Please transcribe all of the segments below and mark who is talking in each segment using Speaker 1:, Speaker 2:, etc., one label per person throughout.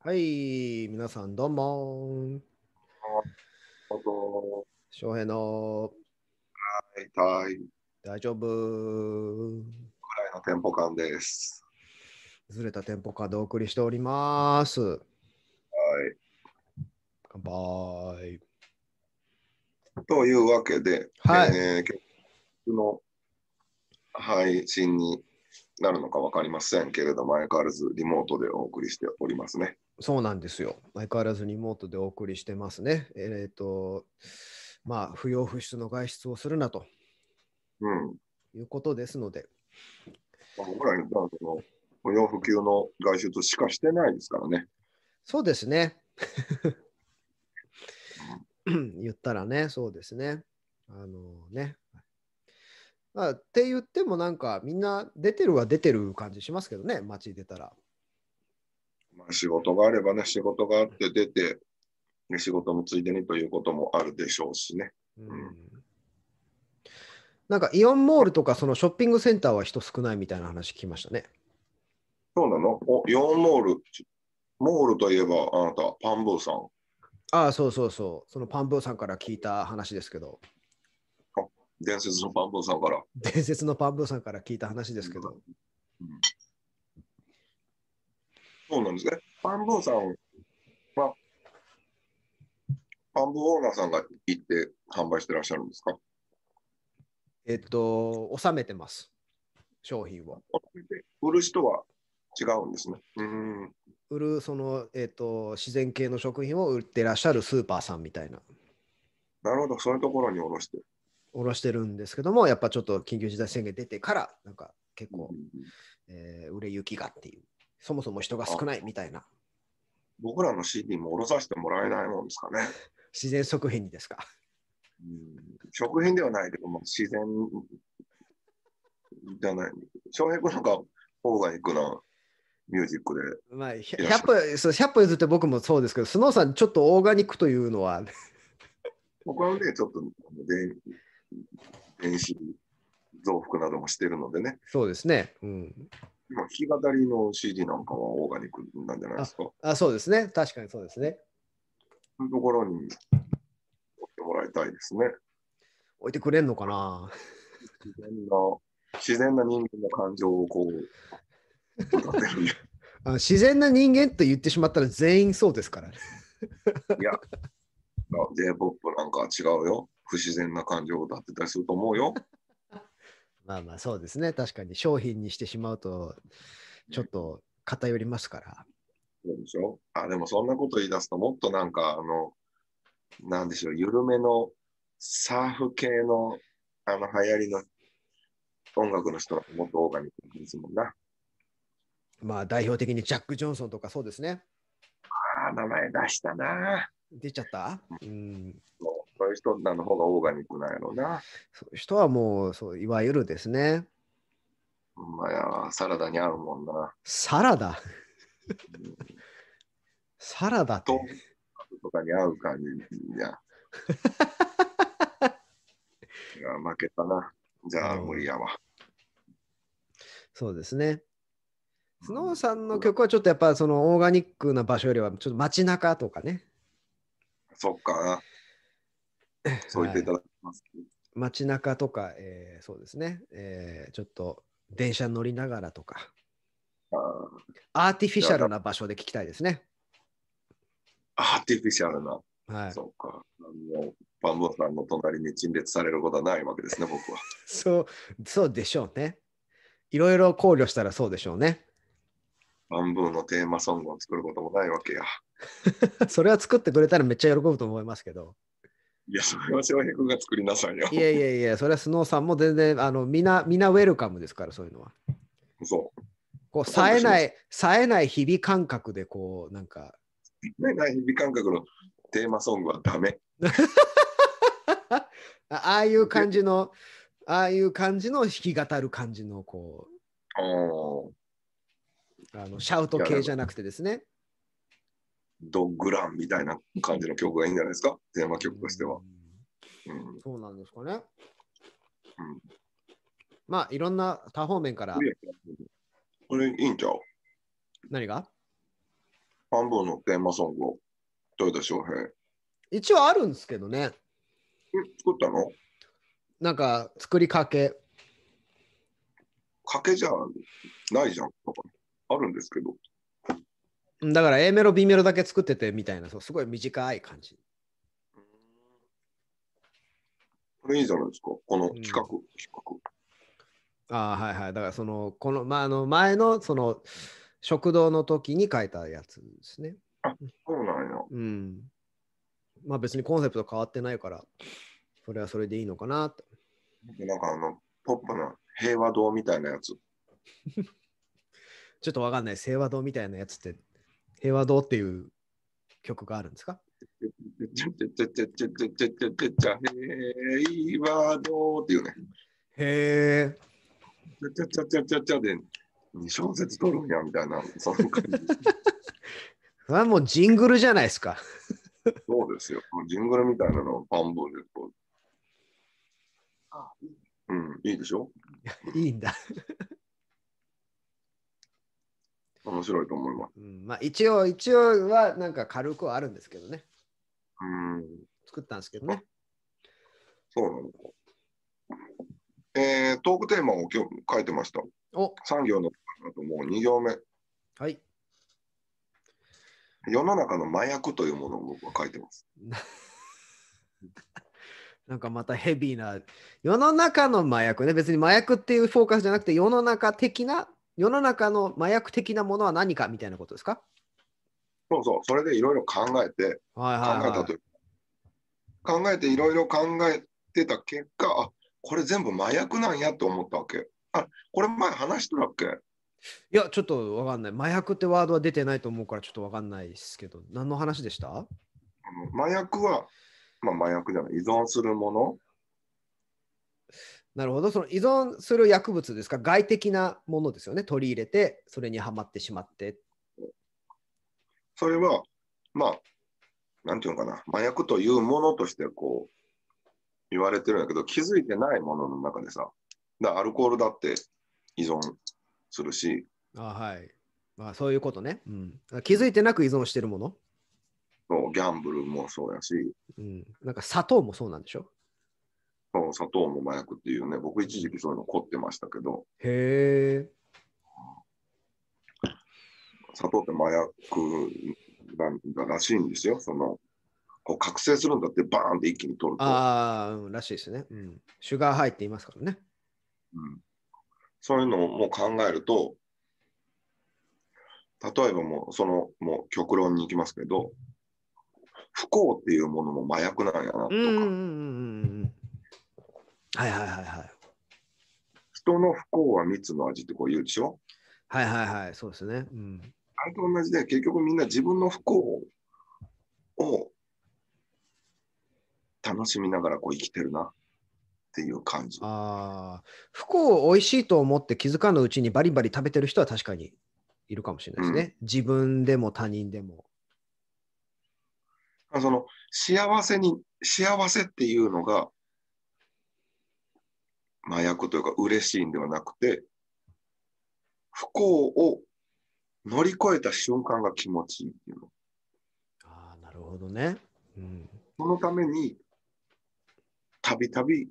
Speaker 1: はい、皆さんどうも。
Speaker 2: ほど。
Speaker 1: 翔平の
Speaker 2: 大体ぐ
Speaker 1: 大丈夫。
Speaker 2: らいのテンポ感です。
Speaker 1: ずれたテンポカードをお送りしております。乾杯。
Speaker 2: はい。というわけで、
Speaker 1: はい
Speaker 2: えー結局の配信になるのか分かりませんけれども、相変わらずリモートでお送りしておりますね。
Speaker 1: そうなんですよ。相変わらずリモートでお送りしてますね。えっ、と、まあ、不要不出の外出をするなと
Speaker 2: うん。
Speaker 1: いうことですので、
Speaker 2: まあ、僕らにとってはその不要不急の外出しかしてないですからね。
Speaker 1: そうですね。言ったらね、そうですね。あのね。まあ、って言ってもなんかみんな出てるは出てる感じしますけどね、街出たら。
Speaker 2: まあ、仕事があればね、仕事があって出て、で仕事もついでにということもあるでしょうしね。
Speaker 1: うん
Speaker 2: ん
Speaker 1: なんかイオンモールとかそのショッピングセンターは人少ないみたいな話聞きましたね。
Speaker 2: そうなのお、イオンモール。モールといえば、あなた、パンブーさん。
Speaker 1: ああ、そうそうそう。そのパンブーさんから聞いた話ですけど、
Speaker 2: 伝説のパンブーさんから。
Speaker 1: 伝説のパンブーさんから聞いた話ですけど、
Speaker 2: うんそうなんですね。パンブーさんは、パンブーオーナーさんが行って販売してらっしゃるんですか
Speaker 1: えっと、収めてます。商品を。
Speaker 2: 売る人は違うんですね。うん。
Speaker 1: 売るその、えー、と自然系の食品を売ってらっしゃるスーパーさんみたいな
Speaker 2: なるほど、そういうところに卸して。
Speaker 1: おろしてるんですけどもやっぱちょっと緊急事態宣言出てからなんか結構、えー売れ行きがっていうそもそも人が少ないみたいな
Speaker 2: 僕らの CD も卸させてもらえないもんですかね。
Speaker 1: 自然食品にですか
Speaker 2: 食品ではないけども、自然じゃない。翔平君なんかオーガニックなミュージックで
Speaker 1: まあ 100,
Speaker 2: いや
Speaker 1: 歩そう100歩譲って僕もそうですけどスノーさんちょっとオーガニックというのは
Speaker 2: 僕はね、ちょっと電電子増幅などもしてるのでね、
Speaker 1: そうですね、うん、
Speaker 2: 今弾き語りの CD なんかはオーガニックなんじゃないですか。そ
Speaker 1: あそうですね確かにそうですね
Speaker 2: ういうところに置いてもらいたいですね。
Speaker 1: 置いてくれんのかな
Speaker 2: 自然な自然な人間の感情をこう、歌ってる。い
Speaker 1: あ自然な人間と言ってしまったら全員そうですからね
Speaker 2: や、J-POP なんかは違うよ。不自然な感情を歌ってたりすると思うよ。
Speaker 1: まあまあそうですね。確かに商品にしてしまうと、ちょっと偏りますから。
Speaker 2: そうでしょあ、でもそんなこと言い出すと、もっとなんか、あの、なんでしょう、緩めのサーフ系の、あの、流行りの音楽の人がもっとオーガニックですもんな。
Speaker 1: まあ代表的にジャック・ジョンソンとかそうですね。
Speaker 2: あー名前出したな。
Speaker 1: 出ちゃったうん。
Speaker 2: そうそういう人らの方がオーガニックなんやろうな。
Speaker 1: そういう人はもう、そういわゆるですね。
Speaker 2: まあや、サラダに合うもんな。
Speaker 1: サラダ。 サラダと
Speaker 2: 豆。腐とかに合う感じや。 いや、負けたな。じゃあ、無理やわ。
Speaker 1: そうですね。スノーさんの曲はちょっとやっぱそのオーガニックな場所よりはちょっと街中とかね。
Speaker 2: そっか。そう言っていただきます。
Speaker 1: 街中とか、えーそうですね、えーちょっと電車乗りながらとか。
Speaker 2: あー
Speaker 1: アーティフィシャルな場所で聞きたいですね。
Speaker 2: アーティフィシャルな、
Speaker 1: はい。
Speaker 2: そうか。あのバンボーさんの隣に陳列されることはないわけですね、僕は。
Speaker 1: そう、そうでしょうね。いろいろ考慮したらそうでしょうね。
Speaker 2: バンブーのテーマソングを作ることもないわけや。
Speaker 1: それは作ってくれたらめっちゃ喜ぶと思いますけど。
Speaker 2: いや、それは翔平君が作りなさいよ。
Speaker 1: いやいやいや、それはスノーさんも全然、あの、みんな、みんなウェルカムですから、そういうのは。
Speaker 2: そう。
Speaker 1: こう、
Speaker 2: そう
Speaker 1: 冴
Speaker 2: で
Speaker 1: え
Speaker 2: すね
Speaker 1: ない、冴えない日々感覚で、こう、なんか、
Speaker 2: ね、日々感覚のテーマソングはダメ。
Speaker 1: あああいう感じの、ああいう感じの弾き語る感じの、こ
Speaker 2: おー
Speaker 1: う、あのシャウト系じゃなくてですね。
Speaker 2: ドッグランみたいな感じの曲がいいんじゃないですか、テーマ曲としては
Speaker 1: う。ん
Speaker 2: うん、
Speaker 1: そうなんですかね。まあ、いろんな多方面から
Speaker 2: こ、れこれいいんちゃう
Speaker 1: 何が
Speaker 2: 半分のテーマソングを豊田翔平。ん
Speaker 1: 一応あるんですけどね。
Speaker 2: 作ったの
Speaker 1: なんか作りかけ。
Speaker 2: 賭けじゃないじゃん。あるんですけど。
Speaker 1: だから A メロ B メロだけ作っててみたいなそうすごい短い感じ。
Speaker 2: これいいじゃないですか。この企画。企画
Speaker 1: ああはいはいだからそのこの,、まあ、あの前のその食堂の時に書いたやつですね。
Speaker 2: そうなんや。
Speaker 1: うん。まあ別にコンセプト変わってないからそれはそれでいいのかなと。
Speaker 2: なんかあの、ポップな平和堂みたいなやつ。
Speaker 1: ちょっとわかんない平和堂みたいなやつって平和堂っていう曲があるんですか
Speaker 2: ちょちょちょちょちょちょちょちょちょちょ平和堂っていうね。
Speaker 1: へえ。
Speaker 2: ちょちょちょちょちょで二小節取るんやみたいな、その感じ。
Speaker 1: それはもうジングルじゃないですか。
Speaker 2: そうですよ。ジングルみたいなのをパンボでこう。うん、いいでしょ
Speaker 1: いいんだ。
Speaker 2: 面白いと思います。
Speaker 1: うん、まあ一応一応はなんか軽くはあるんですけどね。
Speaker 2: うん、
Speaker 1: 作ったんですけどね。
Speaker 2: そうなのか。えー、トークテーマを今日書いてました。
Speaker 1: お
Speaker 2: 産業のあともう2行目。
Speaker 1: はい。
Speaker 2: 世の中の麻薬というものを僕は書いてます。
Speaker 1: なんかまたヘビーな世の中の麻薬ね別に麻薬っていうフォーカスじゃなくて世の中的な世の中の麻薬的なものは何かみたいなことですか
Speaker 2: そうそう、それでいろいろ考えて、
Speaker 1: はい
Speaker 2: 考
Speaker 1: はい、
Speaker 2: えた
Speaker 1: は
Speaker 2: という、考えていろいろ考えてた結果、あこれ全部麻薬なんやと思ったわけ。あこれ前話したっけ
Speaker 1: い。いやちょっとわかんない麻薬ってワードは出てないと思うからちょっとわかんないですけど何の話でした
Speaker 2: あの麻薬は、まあ、麻薬じゃない、依存するもの、
Speaker 1: なるほどその依存する薬物ですか外的なものですよね取り入れてそれにはまってしまって
Speaker 2: それは、まあ、なんていうのかな、麻薬というものとしてこう言われてるんだけど、気づいてないものの中でさ、だからアルコールだって依存するし、
Speaker 1: あはい、まあ、そういうことね、うん、気づいてなく依存してるもの、
Speaker 2: そうギャンブルもそうやし、
Speaker 1: うん、なんか砂糖もそうなんでしょ
Speaker 2: そう砂糖も麻薬っていうね、僕一時期そういうの凝ってましたけど、
Speaker 1: へえ
Speaker 2: 砂糖って麻薬なんだらしいんですよ。そのこう覚醒するんだってバーンって一気に取ると、
Speaker 1: ああ、うんらしいですね、うん。シュガーハイって言いますからね。
Speaker 2: うんそういうのも考えると、例えばもうそのもう極論に行きますけど、不幸っていうものも麻薬なんやなとか、
Speaker 1: うんうんうんうんうん。はいはいはいはい。
Speaker 2: 人の不幸は蜜の味ってこう言うでしょ
Speaker 1: はいはいはい、そうですね。うん、
Speaker 2: あれと同じで結局みんな自分の不幸を楽しみながらこう生きてるなっていう感じ。
Speaker 1: ああ、不幸を美味しいと思って気づかぬうちにバリバリ食べてる人は確かにいるかもしれないですね。自分でも他人でも。
Speaker 2: あその幸せに幸せっていうのが麻薬というか嬉しいんではなくて不幸を乗り越えた瞬間が気持ちいいっていうの
Speaker 1: ああ、なるほどね。うん、
Speaker 2: そのためにたびたび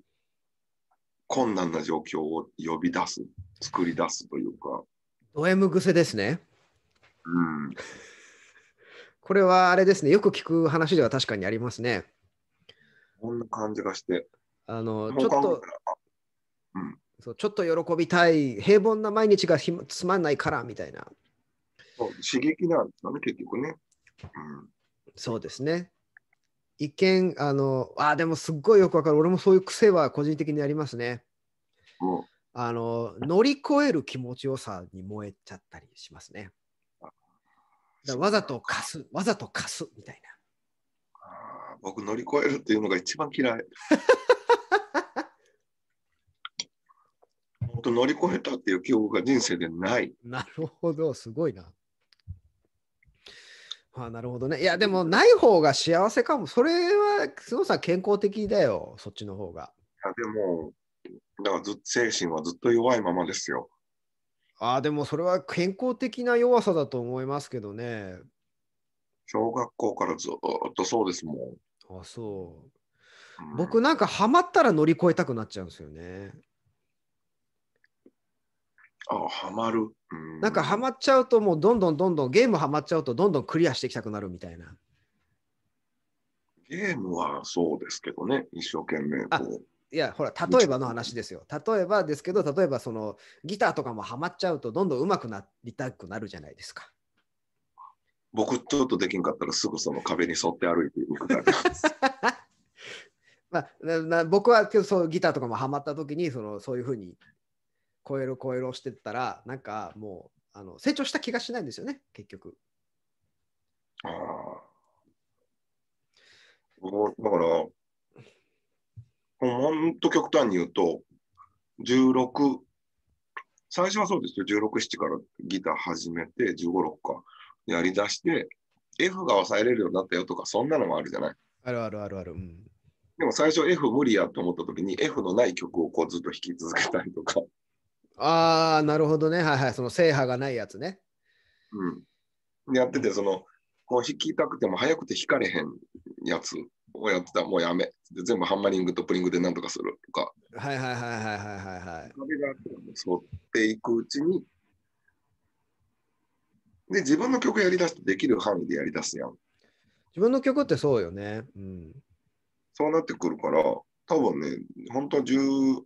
Speaker 2: 困難な状況を呼び出す作り出すというか、
Speaker 1: ド M 癖ですね。
Speaker 2: うん、
Speaker 1: これはあれですね。よく聞く話では確かにありますね。
Speaker 2: こんな感じがして
Speaker 1: あの
Speaker 2: も
Speaker 1: ちょ
Speaker 2: う
Speaker 1: っと
Speaker 2: 考えたら
Speaker 1: そうちょっと喜びたい平凡な毎日がひまつまんないからみたいな
Speaker 2: そう刺激なんだね結局ね。うん
Speaker 1: そうですね。一見、あの、あーでもすっごいよくわかる。俺もそういう癖は個人的にありますね。
Speaker 2: もう
Speaker 1: あの、乗り越える気持ちよさに燃えちゃったりしますね。だからわざと貸す、わざと貸すみたい
Speaker 2: あー僕乗り越えるっていうのが一番 嫌い。本当乗り越えたっていう記憶が人生でない。
Speaker 1: な。なるほど、すごいな。あーなるほどね。いや、でもない方が幸せかも。それは、すごさん健康的だよ、そっちの方が。
Speaker 2: あでも、だからずっ精神はずっと弱いままですよ。
Speaker 1: ああ、でもそれは健康的な弱さだと思いますけどね。
Speaker 2: 小学校からずーっとそうですもん。
Speaker 1: あそう
Speaker 2: うん
Speaker 1: 僕なんかハマったら乗り越えたくなっちゃうんですよね。
Speaker 2: あ、ハマる。う
Speaker 1: なんかハマっちゃうともうどんどんどんどんゲームハマっちゃうとどんどんクリアしていきたくなるみたいな。
Speaker 2: ゲームはそうですけどね、一生懸命
Speaker 1: あ
Speaker 2: こう。
Speaker 1: いやほら例えばの話ですよ。例えばですけど例えばそのギターとかもハマっちゃうとどんどん上手くなりたくなるじゃないですか。
Speaker 2: 僕ちょっとできんかったらすぐその壁に沿って歩いていくタイプなんです。
Speaker 1: まあ、なな僕はけどそうギターとかもハマった時にそのそういうふうに超える超えるをしてったらなんかもうあの成長した気がしないんですよね結局。
Speaker 2: ああもうだから、もうほんと極端に言うと、16、最初はそうですよ、16、7からギター始めて、15、6か、やりだして、F が抑えれるようになったよとか、そんなのもあるじゃない。
Speaker 1: あるあるあるある。うん、
Speaker 2: でも最初 F 無理やと思った時に F のない曲をこうずっと弾き続けたりとか、
Speaker 1: ああなるほどねはいはいその制覇がないやつね。
Speaker 2: うん、やっててそのこう弾きたくても早くて弾かれへんやつをやってたらもうやめで全部ハンマリングとプリングでなんとかするとか
Speaker 1: はいはいはいはいはいはいはい。
Speaker 2: 壁があっても沿っていくうちにで自分の曲やりだしてできる範囲でやりだすやん
Speaker 1: 自分の曲ってそうよね。うん。
Speaker 2: そうなってくるから多分ね本当は10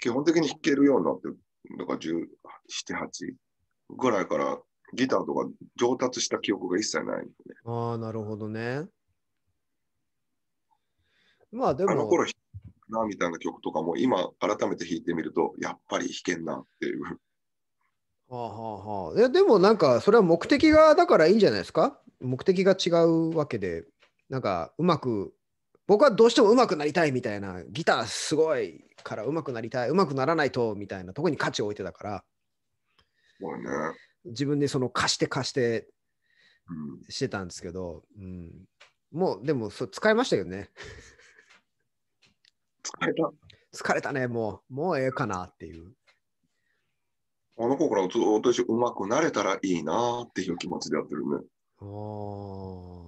Speaker 2: 基本的に弾けるようになってだから178ぐらいからギターとか上達した記憶が一切ない、ね、
Speaker 1: ああ、なるほどね。まあで
Speaker 2: あの
Speaker 1: も、
Speaker 2: 頃弾いたなみたいな曲とかも今改めて弾いてみるとやっぱり弾けんなっていう
Speaker 1: はあはあはあ、えでもなんかそれは目的がだからいいんじゃないですか目的が違うわけで、なんかうまく、僕はどうしてもうまくなりたいみたいな、ギターすごいからうまくなりたい、うまくならないとみたいなとこに価値を置いてたから、
Speaker 2: もうね、
Speaker 1: 自分でその貸して貸して
Speaker 2: うん、
Speaker 1: してたんですけど、うん、もうでもそう使いましたけどね。
Speaker 2: 疲れた
Speaker 1: 疲れたね、もう、もうええかなっていう。
Speaker 2: あの頃からずっと一緒うまくなれたらいいなっていう気持ちでやってるね
Speaker 1: あー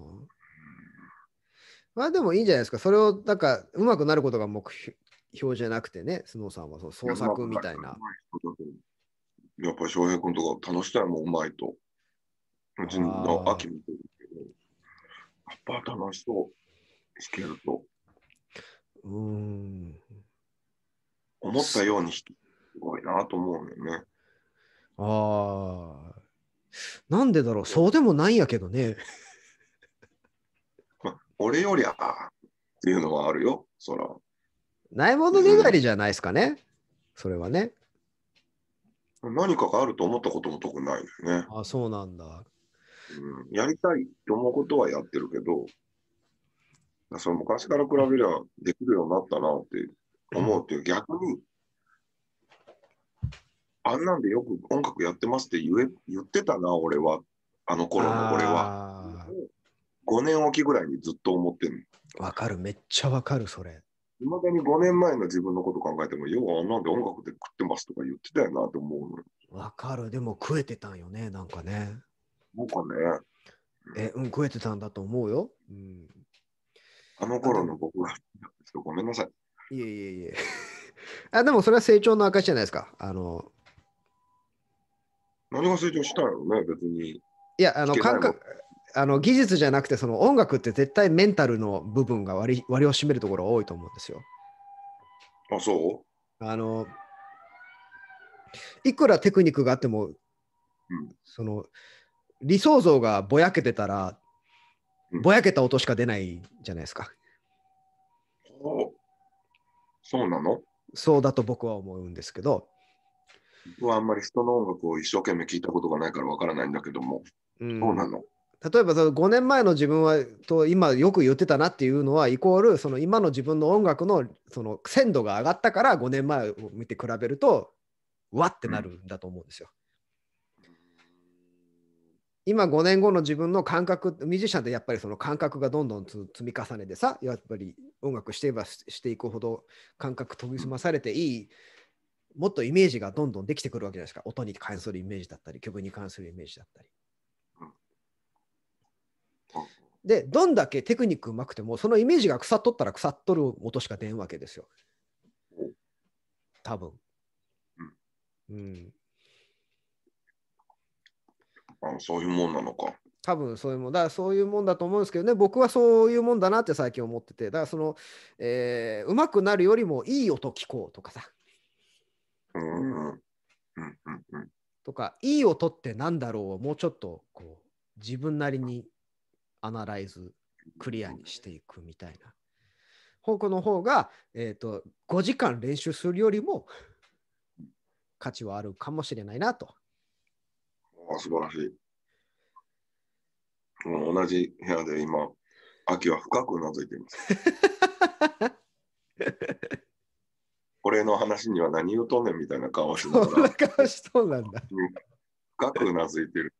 Speaker 1: まあでもいいんじゃないですか。それを、なんか、うまくなることが目標標じゃなくてね、スノーさんはその創作みたいな。
Speaker 2: やっぱり翔平君とか楽しさもうまいと。うちの
Speaker 1: あー
Speaker 2: 秋見てるけど、やっぱ楽しそう弾けると。
Speaker 1: うーん。
Speaker 2: 思ったように弾けるすごいなと思うのよね。
Speaker 1: ああ。なんでだろう、そうでもないんやけどね。
Speaker 2: まあ、俺よりあーっていうのはあるよ、そら。
Speaker 1: ないものねだりじゃないですかね。それはね。
Speaker 2: 何かがあると思ったことも特にないよね。
Speaker 1: あそうなんだ。
Speaker 2: うん、やりたいと思うことはやってるけど、それ昔から比べりゃできるようになったなって思うっていう、逆に、あんなんでよく音楽やってますって言え言ってたな、俺は。あの頃の俺は。
Speaker 1: は
Speaker 2: 5年おきぐらいにずっと思ってる。
Speaker 1: わかる、めっちゃわかる、それ。
Speaker 2: いまだに5年前の自分のこと考えても、ようあんなんで音楽で食ってますとか言ってたよなと思うのよ。
Speaker 1: わかる、でも食えてたんよね、なんかね。
Speaker 2: なんかね、
Speaker 1: え、うん、食えてたんだと思うよ。うん。
Speaker 2: あの頃の僕は、ちょっとごめんなさい。
Speaker 1: いえいえい え。あでもそれは成長の証じゃないですか。あの
Speaker 2: 何が成長したんやろね、別に。
Speaker 1: いやあの
Speaker 2: 聞けないも
Speaker 1: 感
Speaker 2: ん
Speaker 1: 覚あの技術じゃなくてその音楽って絶対メンタルの部分が割り割を占めるところが多いと思うんですよ。
Speaker 2: あ、そう
Speaker 1: あのいくらテクニックがあっても、その理想像がぼやけてたら
Speaker 2: うん
Speaker 1: ぼやけた音しか出ないじゃないですか。
Speaker 2: おそうなの
Speaker 1: そうだと僕は思うんですけど。
Speaker 2: 僕はあんまり人の音楽を一生懸命聞いたことがないからわからないんだけども、
Speaker 1: うん
Speaker 2: そうなの
Speaker 1: 例えばその5年前の自分はと今よく言ってたなっていうのはイコールその今の自分の音楽のその鮮度が上がったから5年前を見て比べるとわってなるんだと思うんですよ。今5年後の自分の感覚ミュージシャンってやっぱりその感覚がどんどんつ積み重ねてさやっぱり音楽していばししていくほど感覚研ぎ澄まされていいもっとイメージがどんどんできてくるわけじゃないですか音に関するイメージだったり曲に関するイメージだったり。で、どんだけテクニックうまくても、そのイメージが腐っとったら腐っとる音しか出んわけですよ
Speaker 2: お。
Speaker 1: 多分。うん。
Speaker 2: あそういうもんなのか。
Speaker 1: 多分そういうもん、だからそういうもんだと思うんですけどね、僕はそういうもんだなって最近思ってて、だからその、えー、うまくなるよりもいい音聞こうとかさ、
Speaker 2: うんうんうんうんうん
Speaker 1: とか、いい音ってなんだろうをもうちょっとこう自分なりにアナライズ、クリアにしていくみたいな方向の方が、えー、と5時間練習するよりも価値はあるかもしれないなと。
Speaker 2: あ素晴らしい。もう同じ部屋で今、秋は深くうなずいています。 俺の話には何言うとんねんみたいな顔をしな
Speaker 1: そん
Speaker 2: が
Speaker 1: な
Speaker 2: ら、
Speaker 1: 顔しそうなんだ。
Speaker 2: 深くうなずいてる。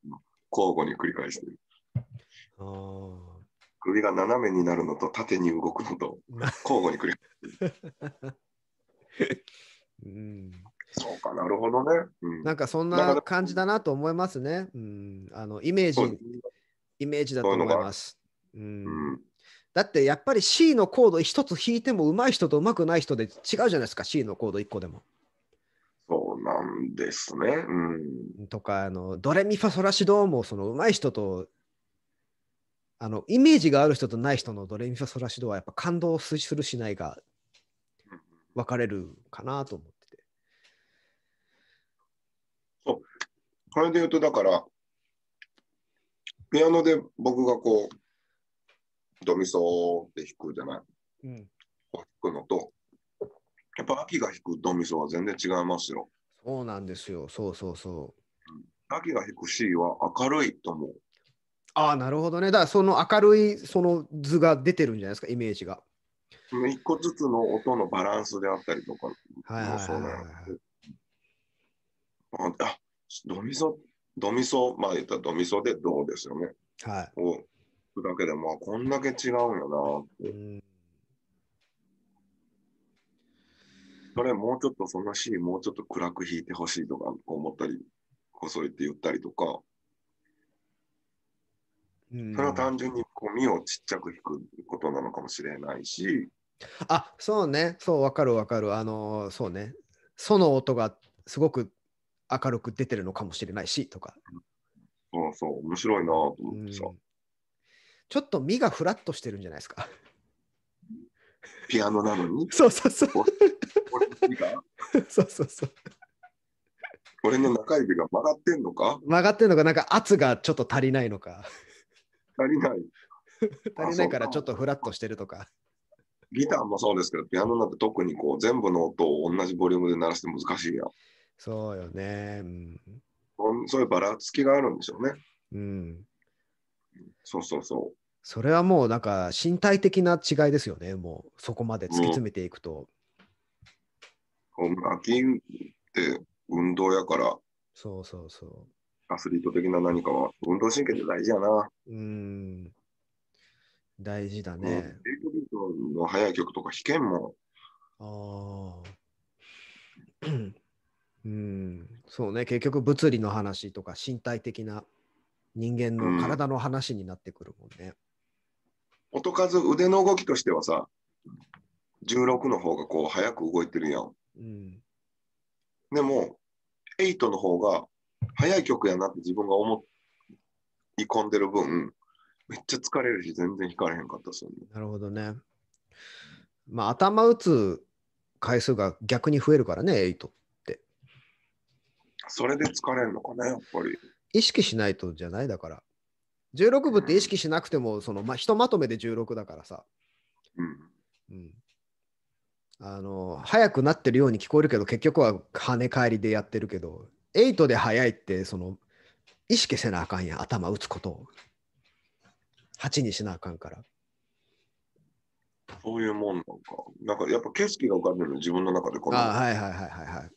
Speaker 2: 交互に繰り返してる。
Speaker 1: あー
Speaker 2: 首が斜めになるのと縦に動くのと交互に繰り返
Speaker 1: うん
Speaker 2: す。そうかなるほどね。うん、
Speaker 1: なんかそん
Speaker 2: なか
Speaker 1: な
Speaker 2: なか
Speaker 1: 感じだなと思いますね。うん、あのイメー
Speaker 2: そう
Speaker 1: ジ、イメージだと思います。う、
Speaker 2: うんん、
Speaker 1: だってやっぱり C のコード一つ弾いても上手い人と上手くない人で違うじゃないですか、C のコード1個でも。
Speaker 2: そうなんですね。うん
Speaker 1: とか、あのドレミファソラシドもその上手い人とあのイメージがある人とない人のドレミファソラシドはやっぱ感動するしないが分かれるかなと思ってて。
Speaker 2: それで言うと、だから、ピアノで僕がこう、ドミソで弾くじゃない、
Speaker 1: うん、
Speaker 2: 弾くのと、やっぱ秋が弾くドミソは全然違いますよ。
Speaker 1: そうなんですよ。そうそうそう。
Speaker 2: 秋が弾く C は明るいと思う。
Speaker 1: ああ、なるほどね。だからその明るいその図が出てるんじゃないですか、イメージが。
Speaker 2: 一個ずつの音のバランスであったりとか
Speaker 1: はいはい
Speaker 2: も
Speaker 1: は
Speaker 2: そ
Speaker 1: いうはい
Speaker 2: なのああ、ドミソ、ドミソ、まあ言ったらドミソでどうですよね。
Speaker 1: はい。はい
Speaker 2: を弾くだけでも、あこんだけ違うんよなって。
Speaker 1: うん
Speaker 2: それもうちょっとそのシーンもうちょっと暗く弾いてほしいとか思ったり、細いって言ったりとか、
Speaker 1: うん
Speaker 2: それは単純にこう身をちっちゃく弾くことなのかもしれないし、
Speaker 1: あそうね、そう、わかるわかる。あのーそうね、その音がすごく明るく出てるのかもしれないしとか。
Speaker 2: そうそう、面白いなと
Speaker 1: う
Speaker 2: 思っ
Speaker 1: ん
Speaker 2: て
Speaker 1: ち
Speaker 2: さ、
Speaker 1: ょっと身がフラッとしてるんじゃないですか。、
Speaker 2: ピアノなのに
Speaker 1: そうそうそう。
Speaker 2: 俺の指が
Speaker 1: そうそうそう。
Speaker 2: 俺の中指が曲がってんのか
Speaker 1: 曲がってるのが、なんか圧がちょっと足りないのか、
Speaker 2: 足りない。
Speaker 1: 足りないから
Speaker 2: そうか
Speaker 1: ちょっとフラッとしてるとか。
Speaker 2: ギターもそうですけど、ピアノなんて特にこう全部の音を同じボリュームで鳴らして難しいやん。
Speaker 1: そうよね。うん。
Speaker 2: そんそういうばらつきがあるんでしょうね。
Speaker 1: うん、
Speaker 2: そうそうそう。
Speaker 1: それはもう、なんか身体的な違いですよね。もう、そこまで突き詰めていくと。
Speaker 2: こう秋って運動やから、
Speaker 1: そうそうそ
Speaker 2: アスリート的な何かは運動神経って大事やな。
Speaker 1: う。うん。大事だ
Speaker 2: うん
Speaker 1: ね。
Speaker 2: ビートビートの速い曲とか弾けんも
Speaker 1: ああ。うん、そうね、結局物理の話とか身体的な人間
Speaker 2: う
Speaker 1: の
Speaker 2: ん
Speaker 1: 体の話になってくるもんね。
Speaker 2: ん。音数、腕の動きとしてはさ、16の方がこう速く動いてるやん。
Speaker 1: うん。
Speaker 2: でも、8の方が速い曲やなって自分が思い込んでる分、めっちゃ疲れるし、全然弾かれへんかったっすよね。
Speaker 1: なるほどね。まあ、頭打つ回数が逆に増えるからね、エイト。
Speaker 2: それで疲れるのかね、やっぱり。
Speaker 1: 意識しないとじゃないだから。16部って意識しなくても、その、まあ、ひとまとめで16だからさ。
Speaker 2: うん。
Speaker 1: うん。あの、速くなってるように聞こえるけど、結局は跳ね返りでやってるけど、8で速いって、その、意識せなあかんやん、頭打つことを。8にしなあかんから。
Speaker 2: そういうもんなのか。なんかやっぱ景色が浮かんでるの、自分の中でこの
Speaker 1: あはいはいはいはいはい。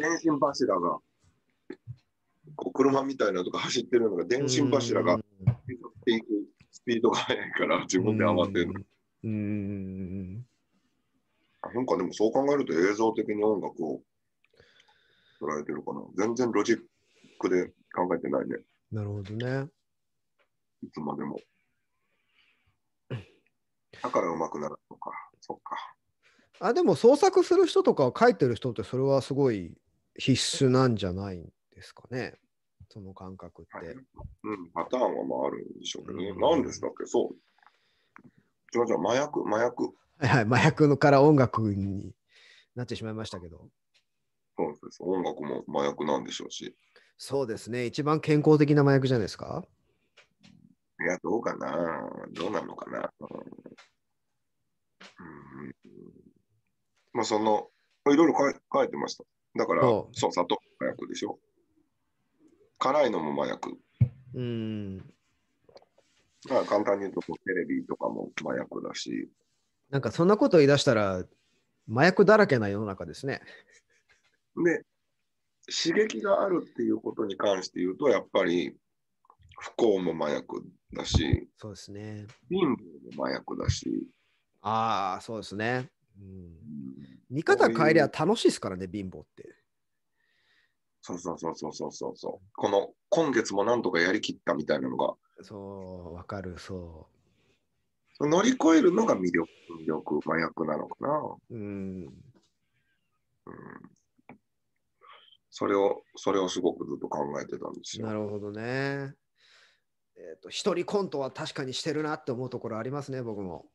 Speaker 2: 電信柱が、こう車みたいなのとか走ってるのが、電信柱が
Speaker 1: うん
Speaker 2: ピクピクスピードが速いから自分で上がってるの。
Speaker 1: うんうん。
Speaker 2: あなんかでもそう考えると映像的に音楽を捉えてるかな。全然ロジックで考えてないね。
Speaker 1: なるほどね。
Speaker 2: いつまでも。だから上手くなるのか。そっか。
Speaker 1: あ、でも創作する人とか書いてる人ってそれはすごい必須なんじゃないんですかね。その感覚って。
Speaker 2: はいうん、パターンはまああるんでしょうけどね。
Speaker 1: うん
Speaker 2: 何ですだっけそう。違う違う、麻薬、麻薬。
Speaker 1: はい、はい、麻薬のから音楽になってしまいましたけど。
Speaker 2: そうですそうです。音楽も麻薬なんでしょうし。
Speaker 1: そうですね。一番健康的な麻薬じゃないですか。
Speaker 2: いや、どうかなどうなのかなうん。うんまあ、その、いろいろ書い書いてました。だから、
Speaker 1: そ
Speaker 2: そうう、砂糖麻薬でしょ。辛いのも麻薬。
Speaker 1: うん。
Speaker 2: まあ、簡単に言うと、テレビとかも麻薬だし。
Speaker 1: なんかそんなこと言い出したら、麻薬だらけな世の中ですね。
Speaker 2: で、刺激があるっていうことに関して言うと、やっぱり不幸も麻薬だし、
Speaker 1: そうですね。
Speaker 2: 貧乏も麻薬だし、
Speaker 1: ああ、そうですね。うん、見方変えりゃ楽しいですからね、貧乏って。
Speaker 2: そうそうそうそうそうそうそう、この今月もなんとかやりきったみたいなのが、
Speaker 1: そう、わかる、そ
Speaker 2: 乗り越えるのが魅力、魅力、麻薬なのかな。
Speaker 1: う。うん。
Speaker 2: うんそれを、それをすごくずっと考えてたんですよ
Speaker 1: な。るほどね。えっ、と、一人コントは確かにしてるなって思うところありますね、僕も。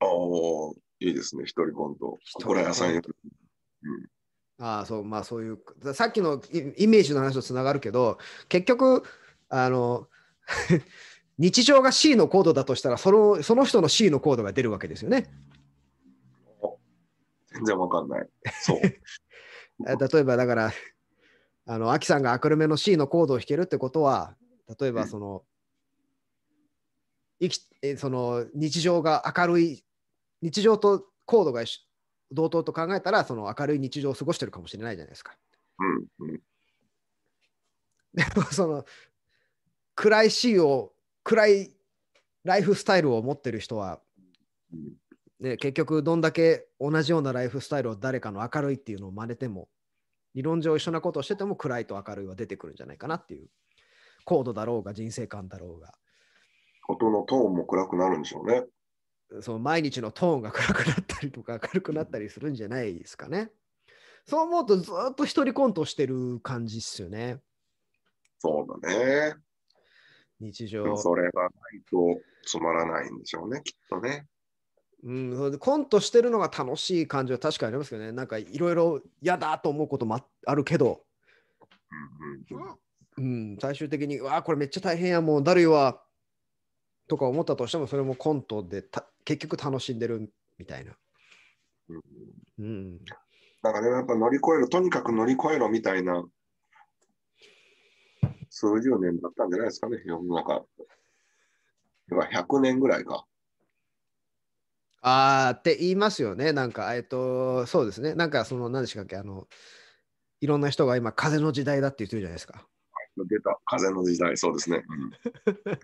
Speaker 2: ああ、いいですね、一人コント。
Speaker 1: 一人コント
Speaker 2: これ屋さんよく
Speaker 1: ああ、そう、まあそういう、ださっきのイイメージの話とつながるけど、結局、あの、 日常が C のコードだとしたらその、その人の C のコードが出るわけですよね。
Speaker 2: 全然わかんない。そう。
Speaker 1: え例えばだから、あの、アキさんがアクルメの C のコードを弾けるってことは、例えばその、生きえその日常が明るい、日常とコードが一緒同等と考えたら、その明るい日常を過ごしてるかもしれないじゃないですか。
Speaker 2: うん、うん。
Speaker 1: で もその暗い C を暗いライフスタイルを持ってる人は、
Speaker 2: うん
Speaker 1: ね、結局どんだけ同じようなライフスタイルを誰かの明るいっていうのを真似ても理論上一緒なことをしてても暗いと明るいは出てくるんじゃないかなっていう高度だろうが人生観だろうが
Speaker 2: 音のトーンも暗くなるんでしょうね。
Speaker 1: その毎日のトーンが暗くなったりとか明るくなったりするんじゃないですかね。そう思うとずーっと一人コントしてる感じっすよね
Speaker 2: そうだね。
Speaker 1: 日
Speaker 2: で
Speaker 1: 常。
Speaker 2: もそれがないとつまらないんでしょうね、きっとね。
Speaker 1: うん、それでコントしてるのが楽しい感じは確かにありますけどね、なんかいろいろ嫌だと思うこともああるけど、
Speaker 2: うんうんうん
Speaker 1: うん、最終的に、うわあ、これめっちゃ大変や、もうだるいわとか思ったとしても、それもコントでた結局楽しんでるみたいな。
Speaker 2: うん
Speaker 1: うん、
Speaker 2: なんかね、やっぱ乗り越えろ、とにかく乗り越えろみたいな、数十年だったんじゃないですかね、世の中。だから100年ぐらいか。
Speaker 1: あーって言いますよね、なんか、えっと、そうですね、なんかその、何でしたっけ、あの、いろんな人が今、風の時代だって言ってるじゃないですか。
Speaker 2: 出た、風の時代、そうですね。うん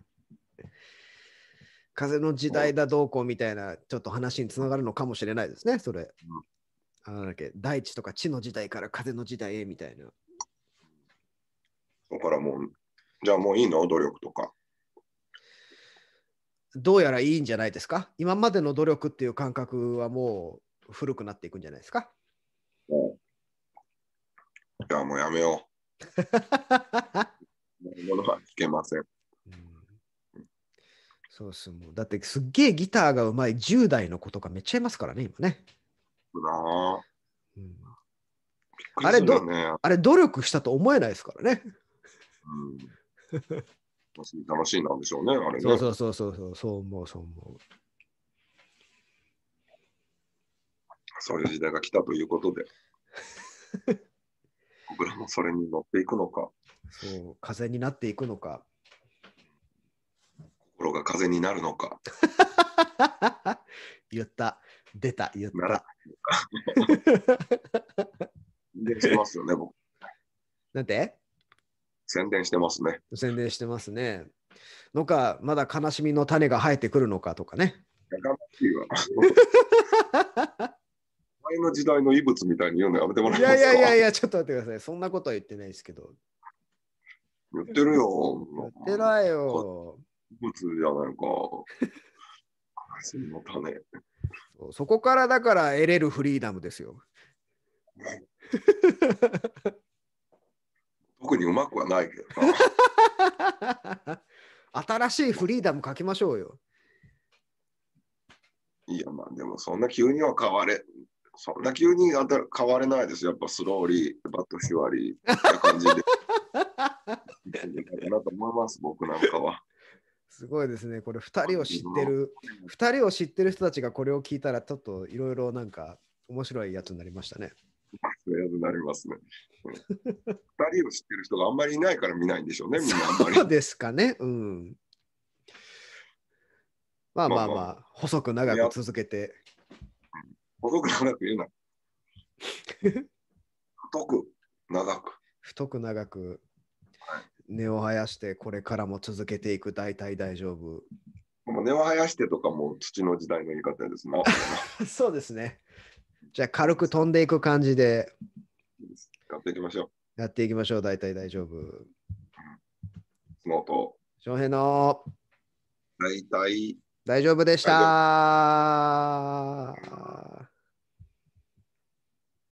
Speaker 1: 風の時代だどうこうみたいなちょっと話につながるのかもしれないですね、それ。あのなんだっけ大地とか地の時代から風の時代へみたいな。
Speaker 2: だからもう、じゃあもういいの、努力とか。
Speaker 1: どうやらいいんじゃないですか今までの努力っていう感覚はもう古くなっていくんじゃないですか
Speaker 2: もうじゃあもうやめよう。もう物は聞けません。
Speaker 1: うんそうっすもうだってすっげえギターがうまい10代の子とかめっちゃいますからね、今ね。
Speaker 2: なあ
Speaker 1: うん
Speaker 2: びっくりするよね。
Speaker 1: あれ、努力したと思えないですからね。
Speaker 2: うん、楽しい楽しいなんでしょうね、あれね。
Speaker 1: そうそうそうそうそう、そう思う、そう思
Speaker 2: そういう時代が来たということで、僕らもそれに乗っていくのか、
Speaker 1: う。そう、風になっていくのか。
Speaker 2: 心が風になるのか、
Speaker 1: 言った、出た、言っ
Speaker 2: なら
Speaker 1: た。
Speaker 2: 宣伝してますよね、僕。
Speaker 1: なんて
Speaker 2: 宣伝してますね。
Speaker 1: 宣伝してますね。のか、まだ悲しみの種が生えてくるのかとかね。
Speaker 2: やかましいわ。前の時代の遺物みたいに言うのやめてもらえ
Speaker 1: い
Speaker 2: ますか
Speaker 1: やいやいやいや、ちょっと待ってください。そんなことは言ってないですけど。
Speaker 2: 言ってるよ。
Speaker 1: やってないよ
Speaker 2: 物じゃないか。その種。
Speaker 1: そう。そこからだから得れるフリーダムですよ。
Speaker 2: 特にうまくはないけどな。
Speaker 1: 新しいフリーダム書きましょうよ。
Speaker 2: いや、まあでもそんな急には変われ、そんな急にあた変われないですよ。やっぱスローリー、バットシュワリーな感じで。生きていきたいなと思います、僕なんかは。
Speaker 1: すごいですね。これ2人を知ってる、2人を知ってる人たちがこれを聞いたら、ちょっといろいろなんか面白いやつになりましたね。
Speaker 2: そういうことになりますね。うん二人を知ってる人があんまりいないから見ないんでしょうね、みんなあんまり
Speaker 1: そ。うですかね。うん。まあまあま
Speaker 2: まあ
Speaker 1: あ、細く長く続けて。
Speaker 2: 細く長く言うな。太く長く。
Speaker 1: 太く長く
Speaker 2: は
Speaker 1: 根を生やしてこれからも続けていく大体大丈夫
Speaker 2: もう根を生やしてとかも土の時代の言い方ですね。
Speaker 1: そうですねじゃあ軽く飛んでいく感じで
Speaker 2: 買っていきましょう。
Speaker 1: やっていきましょう大体大丈夫
Speaker 2: スノート。
Speaker 1: 翔平の
Speaker 2: 大体。
Speaker 1: 大丈夫でした